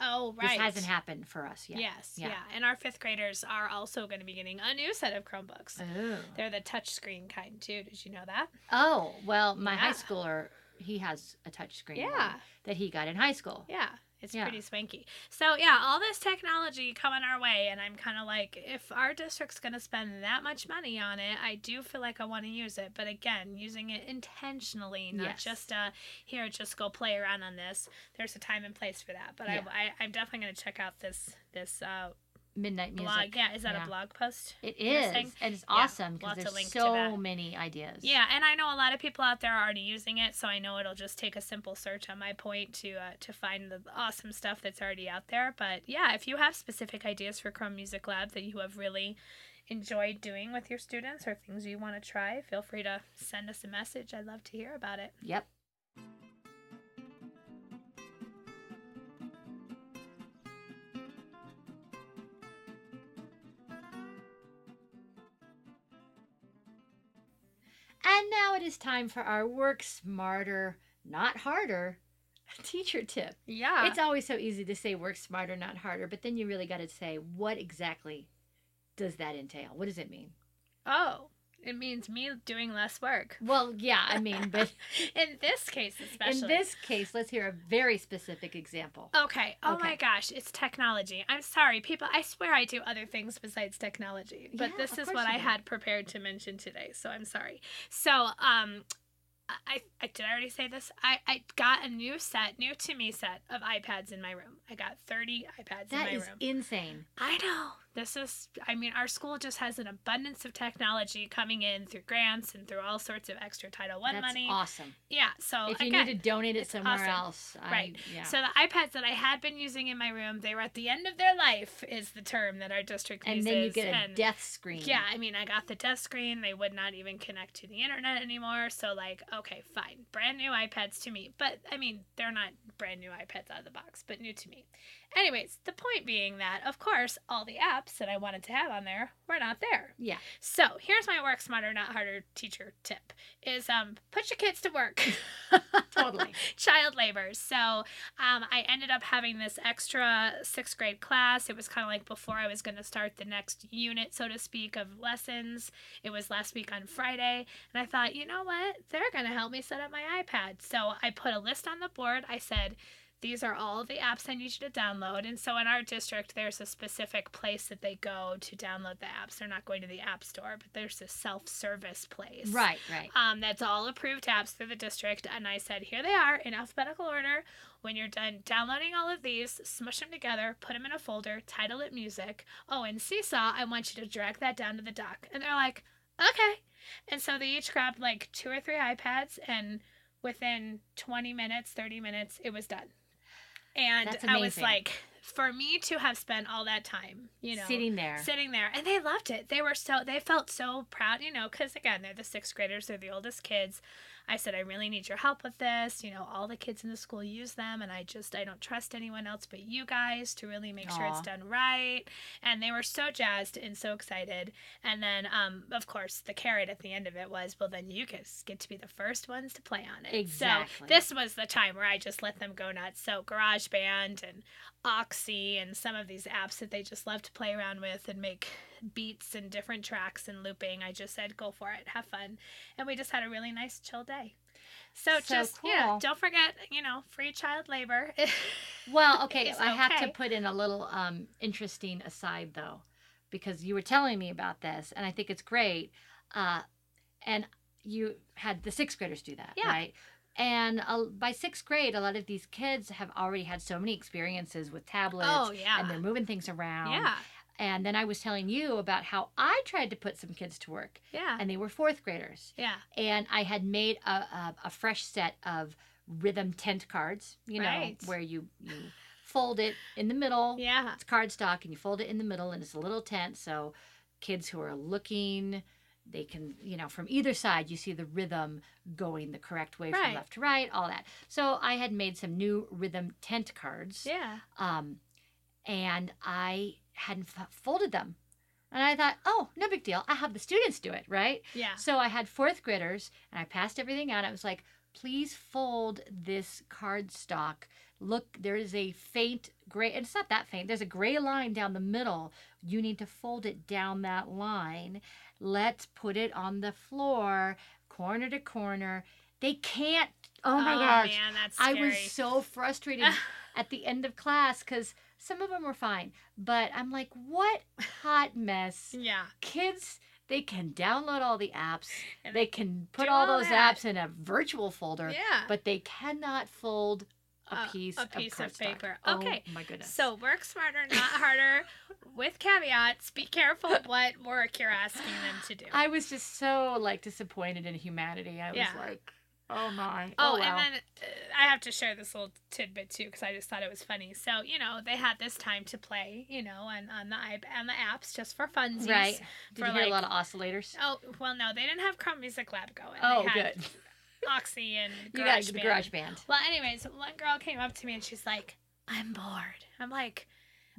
Speaker 1: Oh right,
Speaker 2: This hasn't happened for us yet.
Speaker 1: Yes,
Speaker 2: Yeah.
Speaker 1: yeah. And our fifth graders are also going to be getting a new set of Chromebooks.
Speaker 2: Oh.
Speaker 1: They're the touchscreen kind too. Did you know that?
Speaker 2: Oh, well, my high
Speaker 1: Yeah.
Speaker 2: schooler, he has a touch screen one
Speaker 1: Yeah.
Speaker 2: that he got in high school.
Speaker 1: Yeah. It's
Speaker 2: Yeah.
Speaker 1: pretty swanky. So yeah, all this technology coming our way and I'm kind of like if our district's going to spend that much money on it, I do feel like I want to use it, but again, using it intentionally, not
Speaker 2: Yes.
Speaker 1: just uh here just go play around on this. There's a time and place for that. But
Speaker 2: Yeah.
Speaker 1: I, I I'm definitely going to check out this this uh
Speaker 2: midnight music.
Speaker 1: blog. Yeah, is that
Speaker 2: yeah.
Speaker 1: a blog post?
Speaker 2: It
Speaker 1: you were saying?
Speaker 2: is, and it's
Speaker 1: Yeah,
Speaker 2: awesome because
Speaker 1: lots of
Speaker 2: there's
Speaker 1: link to that.
Speaker 2: so many ideas.
Speaker 1: Yeah, and I know a lot of people out there are already using it, so I know it'll just take a simple search on my point to uh, to find the awesome stuff that's already out there. But yeah, if you have specific ideas for Chrome Music Lab that you have really enjoyed doing with your students or things you want to try, feel free to send us a message. I'd love to hear about it.
Speaker 2: Yep. And now it is time for our work smarter, not harder *laughs* teacher tip.
Speaker 1: Yeah,
Speaker 2: It's always so easy to say work smarter, not harder, but then you really got to say what exactly does that entail? What does it mean?
Speaker 1: oh, it means me doing less work.
Speaker 2: Well, yeah, I mean, but *laughs*
Speaker 1: In this case, especially.
Speaker 2: in this case, let's hear a very specific example.
Speaker 1: Okay. Oh
Speaker 2: Okay.
Speaker 1: my gosh, it's technology. I'm sorry, people. I swear I do other things besides technology, but
Speaker 2: Yeah,
Speaker 1: this
Speaker 2: of
Speaker 1: is
Speaker 2: course
Speaker 1: what
Speaker 2: you
Speaker 1: I
Speaker 2: do.
Speaker 1: had prepared to mention today, so I'm sorry. So, um, I, I did I already say this. I I got a new set, new to me set of iPads in my room. I got 30 iPads in my
Speaker 2: That is
Speaker 1: room.
Speaker 2: insane.
Speaker 1: I know. This is, I mean, our school just has an abundance of technology coming in through grants and through all sorts of extra Title I
Speaker 2: That's
Speaker 1: money.
Speaker 2: awesome.
Speaker 1: Yeah. So
Speaker 2: if you
Speaker 1: again,
Speaker 2: need to donate it
Speaker 1: it's
Speaker 2: somewhere
Speaker 1: awesome.
Speaker 2: else, I,
Speaker 1: Right.
Speaker 2: Yeah.
Speaker 1: So the iPads that I had been using in my room, they were at the end of their life, is the term that our district
Speaker 2: and
Speaker 1: uses.
Speaker 2: then you get a
Speaker 1: and-
Speaker 2: death screen.
Speaker 1: Yeah, I mean, I got the death screen. They would not even connect to the internet anymore. So like, okay, fine, brand new iPads to me. But I mean, they're not brand new iPads out of the box, but new to me. Anyways, the point being that, of course, all the apps that I wanted to have on there were not there.
Speaker 2: Yeah.
Speaker 1: So here's my work smarter, not harder teacher tip: is um, put your kids to work.
Speaker 2: *laughs* Totally.
Speaker 1: child labor. So um, I ended up having this extra sixth grade class. It was kind of like before I was going to start the next unit, so to speak, of lessons. It was last week on Friday. And I thought, you know what? They're going to help me set up my iPad. So I put a list on the board. I said, these are all the apps I need you to download. And so in our district, there's a specific place that they go to download the apps. They're not going to the App Store, but there's a self service place.
Speaker 2: Right. Right.
Speaker 1: Um, that's all approved apps through the district. And I said, here they are in alphabetical order. When you're done downloading all of these, smush them together, put them in a folder, title it music. Oh, and Seesaw, I want you to drag that down to the dock. And they're like, okay. And so they each grabbed like two or three iPads, and within 20 minutes, 30 minutes, it was done. And
Speaker 2: That's
Speaker 1: I was
Speaker 2: amazing.
Speaker 1: like, for me to have spent all that time, you know,
Speaker 2: sitting there.
Speaker 1: sitting there and they loved it they were so they felt so proud you know because again they're the sixth graders they're the oldest kids i said i really need your help with this you know all the kids in the school use them and i just i don't trust anyone else but you guys to really make sure it's
Speaker 2: Aw.
Speaker 1: done right and they were so jazzed and so excited and then um of course the carrot at the end of it was well then you guys get to be the first ones to play on it so
Speaker 2: Exactly.
Speaker 1: this was the time where i just let them go nuts so garageband and Oxy and some of these apps that they just love to play around with and make beats and different tracks and looping. I just said, go for it, have fun. And we just had a really nice, chill day. So,
Speaker 2: So
Speaker 1: just, yeah,
Speaker 2: cool.
Speaker 1: don't forget, you know, free child labor. *laughs*
Speaker 2: Well, okay,
Speaker 1: It's
Speaker 2: I have to
Speaker 1: okay.
Speaker 2: put in a little um, interesting aside though, because you were telling me about this, and I think it's great. Uh, and you had the sixth graders do that,
Speaker 1: Yeah.
Speaker 2: right? And uh, by sixth grade, a lot of these kids have already had so many experiences with tablets,
Speaker 1: oh, yeah.
Speaker 2: and they're moving things around.
Speaker 1: yeah.
Speaker 2: And then I was telling you about how I tried to put some kids to work,
Speaker 1: Yeah.
Speaker 2: and they were fourth graders,
Speaker 1: Yeah.
Speaker 2: and I had made a, a, a fresh set of rhythm tent cards, you know,
Speaker 1: Right.
Speaker 2: where you, you fold it in the middle.
Speaker 1: Yeah.
Speaker 2: It's cardstock, and you fold it in the middle, and it's a little tent. So kids who are looking, they can, you know, from either side, you see the rhythm going the correct way
Speaker 1: Right.
Speaker 2: from left to right, all that. So I had made some new rhythm tent cards,
Speaker 1: Yeah.
Speaker 2: um, and I hadn't f- folded them. And I thought, oh, no big deal. I'll have the students do it, right?
Speaker 1: Yeah.
Speaker 2: So I had fourth graders and I passed everything out. I was like, please fold this cardstock. Look, there is a faint gray, and it's not that faint, there's a gray line down the middle. You need to fold it down that line. Let's put it on the floor, corner to corner. They can't. Oh my gosh.
Speaker 1: man, that's
Speaker 2: I
Speaker 1: scary.
Speaker 2: was
Speaker 1: *laughs*
Speaker 2: so frustrated at the end of class because some of them were fine, but I'm like, what hot mess
Speaker 1: yeah.
Speaker 2: kids they can download all the apps
Speaker 1: And
Speaker 2: they can put
Speaker 1: do
Speaker 2: all
Speaker 1: all
Speaker 2: those
Speaker 1: that.
Speaker 2: apps in a virtual folder
Speaker 1: Yeah.
Speaker 2: but they cannot fold a
Speaker 1: Uh,
Speaker 2: piece,
Speaker 1: a piece of
Speaker 2: cardstock.
Speaker 1: paper.
Speaker 2: Oh,
Speaker 1: Okay.
Speaker 2: my goodness.
Speaker 1: So work smarter, not harder, with caveats. Be careful
Speaker 2: *laughs*
Speaker 1: what work you're asking them to do.
Speaker 2: I was just so like disappointed in humanity. I was
Speaker 1: Yeah.
Speaker 2: like, oh my.
Speaker 1: Oh,
Speaker 2: wow.
Speaker 1: and then uh, I have to share this little tidbit too because I just thought it was funny. So you know they had this time to play, you know, on on the iP- on the apps just for funsies.
Speaker 2: right. Did
Speaker 1: for,
Speaker 2: you hear a
Speaker 1: like-
Speaker 2: lot of oscillators?
Speaker 1: Oh well, no, they didn't have Chrome Music Lab going.
Speaker 2: Oh,
Speaker 1: they had
Speaker 2: good. *laughs*
Speaker 1: Oxy and
Speaker 2: You got
Speaker 1: GarageBand.
Speaker 2: the garage band.
Speaker 1: Well, anyways, one girl came up to me and she's like, "I'm bored." I'm like,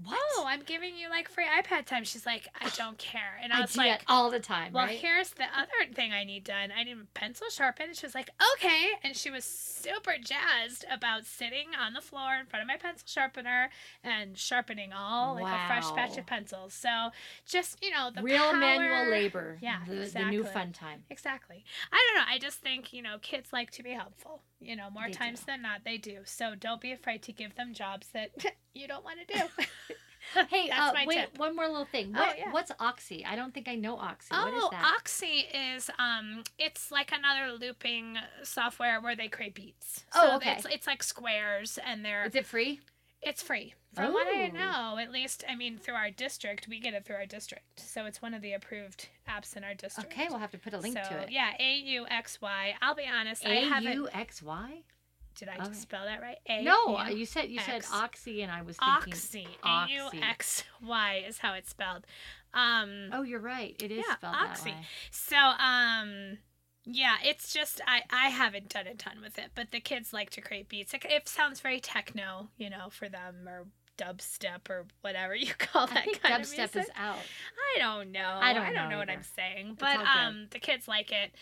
Speaker 2: What?
Speaker 1: "Oh, I'm giving you like free iPad time." She's like,
Speaker 2: *sighs*
Speaker 1: "I don't care," and I
Speaker 2: I,
Speaker 1: was
Speaker 2: do
Speaker 1: like,
Speaker 2: that all the time,
Speaker 1: Well,
Speaker 2: right?
Speaker 1: here's the other thing I need done. I need a pencil sharpen. And she was like, okay. And she was super jazzed about sitting on the floor in front of my pencil sharpener and sharpening all like a fresh batch
Speaker 2: Wow.
Speaker 1: of pencils. So just, you know, the
Speaker 2: Real
Speaker 1: power-
Speaker 2: manual labor.
Speaker 1: Yeah,
Speaker 2: the, the new
Speaker 1: exactly.
Speaker 2: fun time.
Speaker 1: Exactly. I don't know. I just think, you know, kids like to be helpful. You know, more
Speaker 2: They
Speaker 1: times
Speaker 2: do.
Speaker 1: than not, they do. So don't be afraid to give them jobs that *laughs* you don't want to do.
Speaker 2: *laughs* Hey,
Speaker 1: That's
Speaker 2: uh,
Speaker 1: my
Speaker 2: wait,
Speaker 1: tip.
Speaker 2: one more little thing.
Speaker 1: Oh,
Speaker 2: What,
Speaker 1: yeah.
Speaker 2: What's Oxy? I don't think I know Oxy. what is
Speaker 1: Oh,
Speaker 2: that?
Speaker 1: Oxy is um, it's like another looping software where they create beats.
Speaker 2: Oh,
Speaker 1: So
Speaker 2: okay.
Speaker 1: It's, it's like squares, and they're
Speaker 2: is it Oh. free?
Speaker 1: it's free. From what I
Speaker 2: Ooh.
Speaker 1: know, at least I mean through our district, we get it through our district. So it's one of the approved apps in our district.
Speaker 2: Okay, we'll have to put a link
Speaker 1: so,
Speaker 2: to it.
Speaker 1: Yeah, A U X Y. I'll be honest, I I
Speaker 2: A
Speaker 1: haven't.
Speaker 2: U X Y.
Speaker 1: Did I
Speaker 2: all
Speaker 1: just
Speaker 2: right.
Speaker 1: spell that right? A
Speaker 2: No,
Speaker 1: U-
Speaker 2: uh, you said you said
Speaker 1: X.
Speaker 2: Oxy, and I was thinking.
Speaker 1: Oxy. A
Speaker 2: Oxy.
Speaker 1: U X Y is how it's spelled. Um,
Speaker 2: Oh, you're right. It is
Speaker 1: Yeah,
Speaker 2: spelled
Speaker 1: Oxy. *laughs*
Speaker 2: that way.
Speaker 1: So, um, yeah, it's just I I haven't done a ton with it, but the kids like to create beats. It, it sounds very techno, you know, for them or dubstep or whatever *laughs* you call that
Speaker 2: I think
Speaker 1: kind of
Speaker 2: dubstep
Speaker 1: music.
Speaker 2: is out.
Speaker 1: I don't know.
Speaker 2: I don't
Speaker 1: I don't know,
Speaker 2: know
Speaker 1: what
Speaker 2: either.
Speaker 1: I'm saying, but
Speaker 2: all good.
Speaker 1: um, the kids like it. *laughs*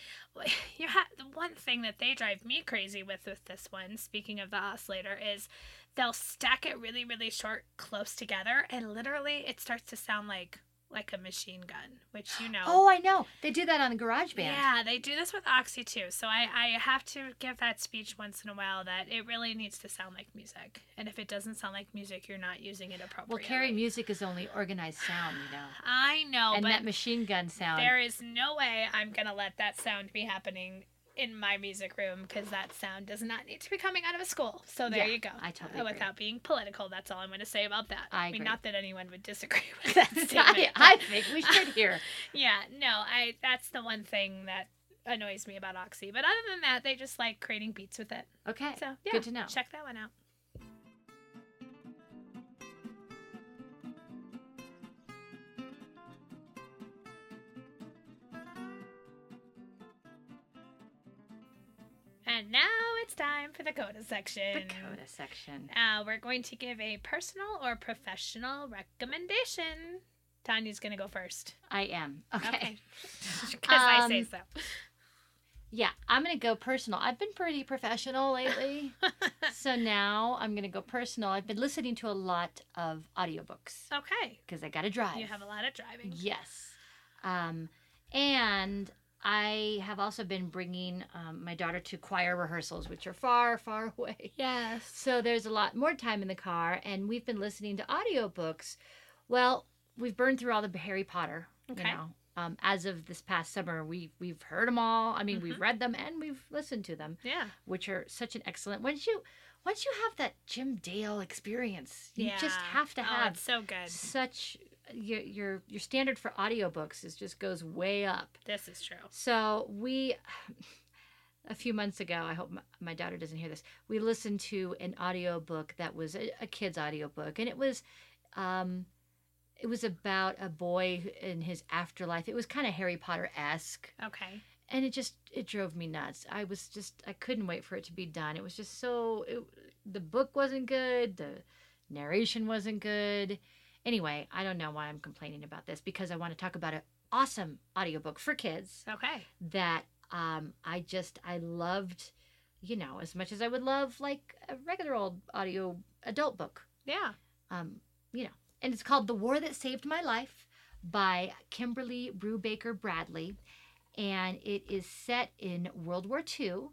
Speaker 1: You have the one thing that they drive me crazy with with this one. Speaking of the oscillator, is they'll stack it really, really short, close together, and literally it starts to sound like like a machine gun, which you know.
Speaker 2: Oh, I know. They do that on GarageBand.
Speaker 1: Yeah, they do this with Oxy too. So I, I have to give that speech once in a while that it really needs to sound like music. And if it doesn't sound like music, you're not using it
Speaker 2: Well,
Speaker 1: appropriately.
Speaker 2: Carrie, music is only organized sound, you know.
Speaker 1: I know,
Speaker 2: and
Speaker 1: Oh, but
Speaker 2: that machine gun sound.
Speaker 1: there is no way I'm going to let that sound be happening in my music room because that sound does not need to be coming out of a school. So there
Speaker 2: Yeah,
Speaker 1: you go. Uh,
Speaker 2: I totally agree.
Speaker 1: Without being political, that's all I'm going to say about that.
Speaker 2: I
Speaker 1: mean,
Speaker 2: agree.
Speaker 1: not that anyone would disagree *laughs* with that statement.
Speaker 2: *laughs* I,
Speaker 1: but-
Speaker 2: I think we should hear.
Speaker 1: Yeah, no, I that's the one thing that annoys me about Oxy. But other than that, they just like creating beats with it.
Speaker 2: Okay.
Speaker 1: So yeah,
Speaker 2: Good to know.
Speaker 1: Check that one out. And now it's time for the coda
Speaker 2: the
Speaker 1: section.
Speaker 2: coda section.
Speaker 1: Uh, we're going to give a personal or professional recommendation. Tanya's gonna go first.
Speaker 2: *laughs* I am. Okay.
Speaker 1: *laughs* Because I say
Speaker 2: Um,
Speaker 1: so.
Speaker 2: Yeah, I'm going to go personal. I've been pretty professional lately.
Speaker 1: *laughs*
Speaker 2: so now I'm going to go personal. I've been listening to a lot of audiobooks
Speaker 1: Okay.
Speaker 2: because I got to drive.
Speaker 1: You have a lot of driving.
Speaker 2: Yes. Um, and I have also been bringing um, my daughter to choir rehearsals, which are far, far *laughs* away.
Speaker 1: Yes.
Speaker 2: So there's a lot more time in the car, and we've been listening to audiobooks. Well, we've burned through all the Harry Potter,
Speaker 1: Okay.
Speaker 2: you know. Um, as of this past summer, we we've heard them all. I mean,
Speaker 1: Mm-hmm.
Speaker 2: we've read them and we've listened to them,
Speaker 1: Yeah.
Speaker 2: which are such an excellent. Once you once you have that Jim Dale experience, you just
Speaker 1: Yeah.
Speaker 2: have to
Speaker 1: Oh,
Speaker 2: have
Speaker 1: it's so good.
Speaker 2: such your your your standard for audiobooks is just goes way up.
Speaker 1: This is true.
Speaker 2: So we, *sighs* a few months ago, I hope my, my daughter doesn't hear this. We listened to an audiobook that was a, a kid's audiobook, and it was, um, it was about a boy in his afterlife. It was kind of Harry Potter esque,
Speaker 1: Okay.
Speaker 2: and it just it drove me nuts. I was just I couldn't wait for it to be done. It was just so it, the book wasn't good, the narration wasn't good. Anyway, I don't know why I'm complaining about this because I want to talk about an awesome audiobook for kids
Speaker 1: Okay.
Speaker 2: that um, I just I loved, you know, as much as I would love like a regular old audio adult book.
Speaker 1: Yeah.
Speaker 2: Um, you know, and it's called "The War That Saved My Life" by Kimberly Brubaker Bradley, and it is set in World War II.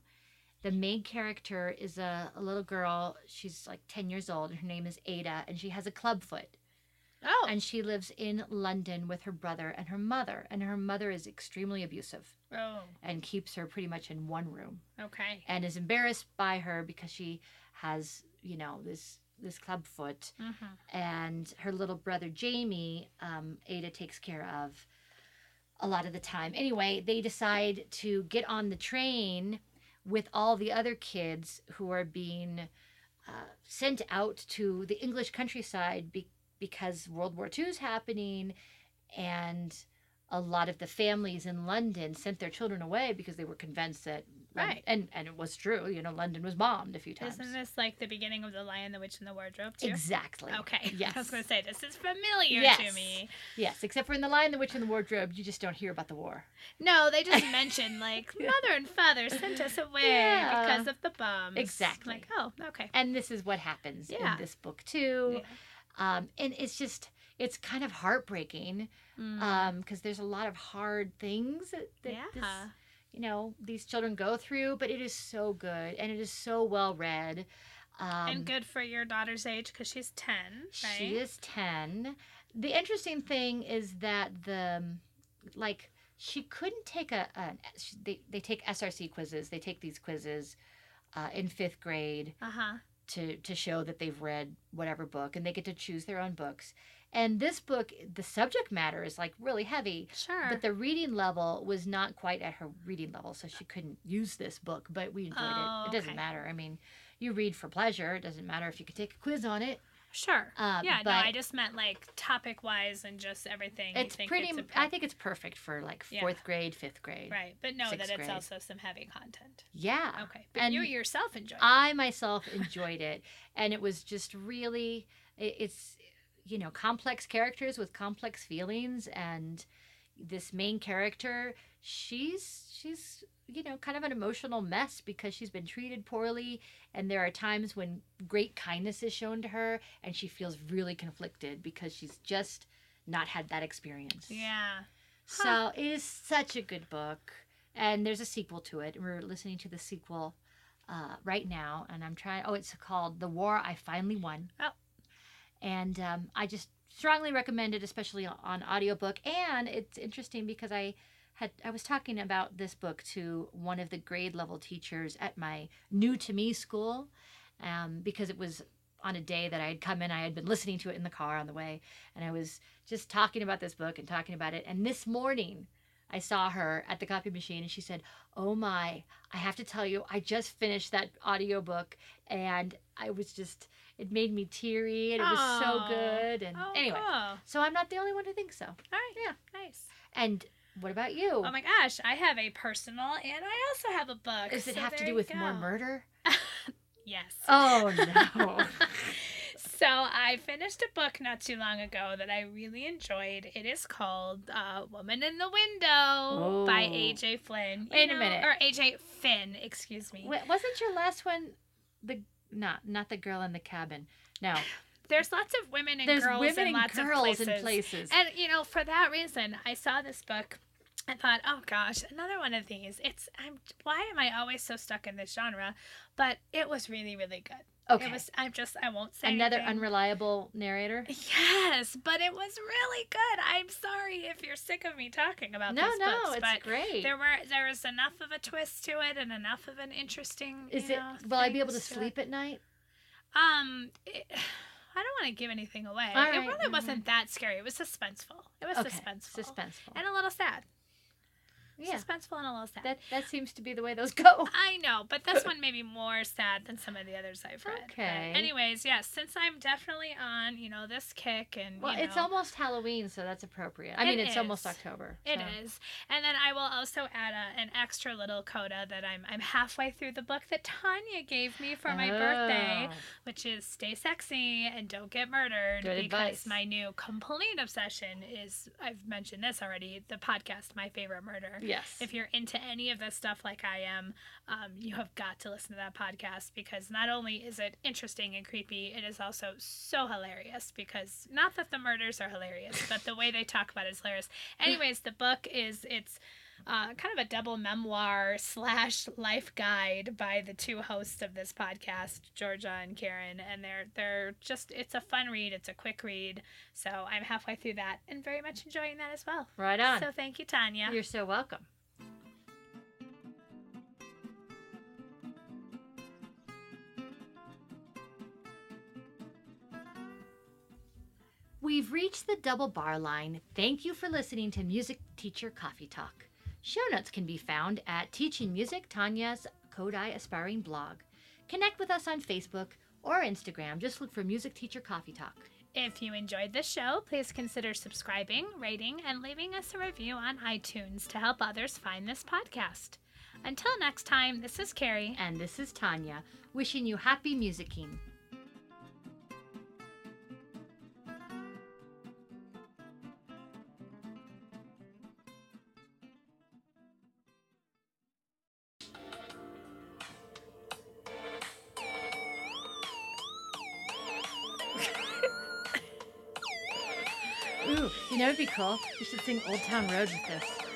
Speaker 2: The main character is a, a little girl. She's like 10 years old, and her name is Ada, and she has a clubfoot
Speaker 1: Oh.
Speaker 2: and she lives in London with her brother and her mother. And her mother is extremely abusive
Speaker 1: oh.
Speaker 2: and keeps her pretty much in one room
Speaker 1: Okay.
Speaker 2: and is embarrassed by her because she has you know this this clubfoot
Speaker 1: Mm-hmm.
Speaker 2: and her little brother Jamie, um, Ada takes care of a lot of the time. Anyway, they decide to get on the train with all the other kids who are being uh, sent out to the English countryside be- because World War II is happening, and a lot of the families in London sent their children away because they were convinced that. Lon-
Speaker 1: Right.
Speaker 2: and and it was true. You know, London was bombed a few times.
Speaker 1: Isn't this like the beginning of The Lion, the Witch, and the Wardrobe, too?
Speaker 2: Exactly.
Speaker 1: Okay. *laughs*
Speaker 2: Yes.
Speaker 1: I was going to say, this is familiar
Speaker 2: Yes.
Speaker 1: to me.
Speaker 2: Yes, except for in The Lion, the Witch, and the Wardrobe, you just don't hear about the war.
Speaker 1: No, they
Speaker 2: *laughs*
Speaker 1: just mentioned, like, mother and father sent us away
Speaker 2: Yeah.
Speaker 1: because of the bombs.
Speaker 2: Exactly.
Speaker 1: Like, oh, okay.
Speaker 2: And this is what happens
Speaker 1: Yeah.
Speaker 2: in this book, too. Um, and it's just, it's kind of heartbreaking
Speaker 1: Mm.
Speaker 2: because there's a lot of hard things that, that
Speaker 1: yeah.
Speaker 2: Um, this, you know, these children go through, but it is so good and it is so well read. Um,
Speaker 1: and good for your daughter's age because she's 10, right?
Speaker 2: She is 10. The interesting thing is that the, like, she couldn't take a, an she- they, they take SRC quizzes, they take these quizzes uh, in fifth grade
Speaker 1: Uh huh.
Speaker 2: to, to show that they've read whatever book and they get to choose their own books. And this book, the subject matter is like really heavy,
Speaker 1: Sure.
Speaker 2: but the reading level was not quite at her reading level, so she couldn't use this book, but we enjoyed
Speaker 1: Oh,
Speaker 2: it. It doesn't
Speaker 1: okay.
Speaker 2: matter. I mean, you read for pleasure, it doesn't matter if you could take a quiz on it.
Speaker 1: sure.
Speaker 2: Uh,
Speaker 1: yeah, no,
Speaker 2: but-
Speaker 1: I just meant like topic wise and just everything. you
Speaker 2: it's
Speaker 1: think
Speaker 2: pretty
Speaker 1: It's
Speaker 2: I
Speaker 1: a pro-
Speaker 2: think it's perfect for like
Speaker 1: Yeah.
Speaker 2: fourth grade fifth grade
Speaker 1: right, but know that
Speaker 2: sixth
Speaker 1: it's
Speaker 2: grade.
Speaker 1: also some heavy content.
Speaker 2: yeah
Speaker 1: Okay, but
Speaker 2: And
Speaker 1: you yourself enjoy. it.
Speaker 2: i myself enjoyed it and it was just really it- it's you know complex characters with complex feelings and this main character she's she's you know kind of an emotional mess because she's been treated poorly and there are times when great kindness is shown to her and she feels really conflicted because she's just not had that experience
Speaker 1: yeah.
Speaker 2: So it is such a good book, and there's a sequel to it. We're listening to the sequel uh, right now, and I'm trying. Oh, it's called "The War I Finally Won."
Speaker 1: Oh.
Speaker 2: and um, I just strongly recommend it, especially on audiobook. And it's interesting because I had I was talking about this book to one of the grade level teachers at my new to me school, um, because it was on a day that I had come in. I had been listening to it in the car on the way, and I was just talking about this book and talking about it. And this morning, I saw her at the copy machine and she said, Oh my, I have to tell you, I just finished that audiobook and I was just, it made me teary and it was
Speaker 1: Oh.
Speaker 2: so good. And
Speaker 1: Oh,
Speaker 2: anyway,
Speaker 1: cool. All
Speaker 2: so I'm not the only one who thinks so.
Speaker 1: right.
Speaker 2: Yeah.
Speaker 1: Nice.
Speaker 2: And what about you?
Speaker 1: Oh my gosh, I have a personal and I also have a book.
Speaker 2: Does it
Speaker 1: so
Speaker 2: have to
Speaker 1: there
Speaker 2: do
Speaker 1: you
Speaker 2: with more
Speaker 1: go. *laughs*
Speaker 2: murder?
Speaker 1: Yes.
Speaker 2: Oh no.
Speaker 1: *laughs* So I finished a book not too long ago that I really enjoyed. It is called uh, "Woman in the Window" by
Speaker 2: Oh.
Speaker 1: AJ Flynn. You
Speaker 2: Wait a
Speaker 1: know-
Speaker 2: minute.
Speaker 1: or AJ Finn, excuse me.
Speaker 2: Wa- Wasn't your last one the, not, not the girl in the cabin. No,
Speaker 1: There's lots of women and
Speaker 2: there's
Speaker 1: girls
Speaker 2: women
Speaker 1: and
Speaker 2: and,
Speaker 1: lots
Speaker 2: girls
Speaker 1: of
Speaker 2: in
Speaker 1: places.
Speaker 2: places.
Speaker 1: And you know, for that reason, I saw this book and thought, "Oh gosh, another one of these." It's I'm why am I always so stuck in this genre? But it was really really good.
Speaker 2: okay.
Speaker 1: It was I'm just I won't say
Speaker 2: Another
Speaker 1: anything.
Speaker 2: unreliable narrator.
Speaker 1: Yes, but it was really good. I'm sorry if you're sick of me talking about
Speaker 2: No,
Speaker 1: these
Speaker 2: no,
Speaker 1: books,
Speaker 2: it's
Speaker 1: but
Speaker 2: great.
Speaker 1: there were there was enough of a twist to it and enough of an interesting.
Speaker 2: Is
Speaker 1: you
Speaker 2: it?
Speaker 1: know,
Speaker 2: Will I be able to
Speaker 1: things it.
Speaker 2: sleep at night?
Speaker 1: Um, it, *sighs* I don't want to give anything away.
Speaker 2: All
Speaker 1: it
Speaker 2: right,
Speaker 1: really
Speaker 2: all
Speaker 1: wasn't that scary. It was suspenseful. It was
Speaker 2: Okay,
Speaker 1: suspenseful.
Speaker 2: Suspenseful.
Speaker 1: and a little sad.
Speaker 2: yeah,
Speaker 1: Suspenseful and a little sad.
Speaker 2: that that seems to be the way those *laughs* go.
Speaker 1: I know, but
Speaker 2: *laughs*
Speaker 1: this one may be more sad than some of the others I've read. But
Speaker 2: Okay.
Speaker 1: anyways, yes, since I'm definitely on, you know, this kick and
Speaker 2: Well,
Speaker 1: you
Speaker 2: it's
Speaker 1: know,
Speaker 2: almost Halloween, so that's appropriate. I mean,
Speaker 1: It
Speaker 2: it's almost
Speaker 1: is.
Speaker 2: October.
Speaker 1: It is. And then I will also add a, an extra little coda that I'm I'm halfway through the book that Tanya gave me for my birthday,
Speaker 2: Oh.
Speaker 1: which is stay sexy and don't get murdered
Speaker 2: Good
Speaker 1: because
Speaker 2: advice.
Speaker 1: my new complete obsession is I've mentioned this already, the podcast My Favorite Murder.
Speaker 2: Yes.
Speaker 1: If you're into any of this stuff like I am, um, you have got to listen to that podcast because not only is it interesting and creepy, it is also so hilarious because not that the murders are hilarious, but the way they talk about it is hilarious. Anyways, the book is it's uh, kind of a double memoir slash life guide by the two hosts of this podcast, Georgia and Karen, and they're they're just it's a fun read, it's a quick read. So I'm halfway through that and very much enjoying that as well.
Speaker 2: right on.
Speaker 1: So thank you, Tanya.
Speaker 2: You're so welcome. We've reached the double bar line. Thank you for listening to Music Teacher Coffee Talk. Show notes can be found at Teaching Music Tanya's Kodai Aspiring blog. Connect with us on Facebook or Instagram. Just look for Music Teacher Coffee Talk.
Speaker 1: If you enjoyed this show, please consider subscribing, rating, and leaving us a review on iTunes to help others find this podcast. Until next time, this is Carrie.
Speaker 2: And this is Tanya, wishing you happy musicking. Ooh, you know it'd be cool. You should sing Old Town Road with this.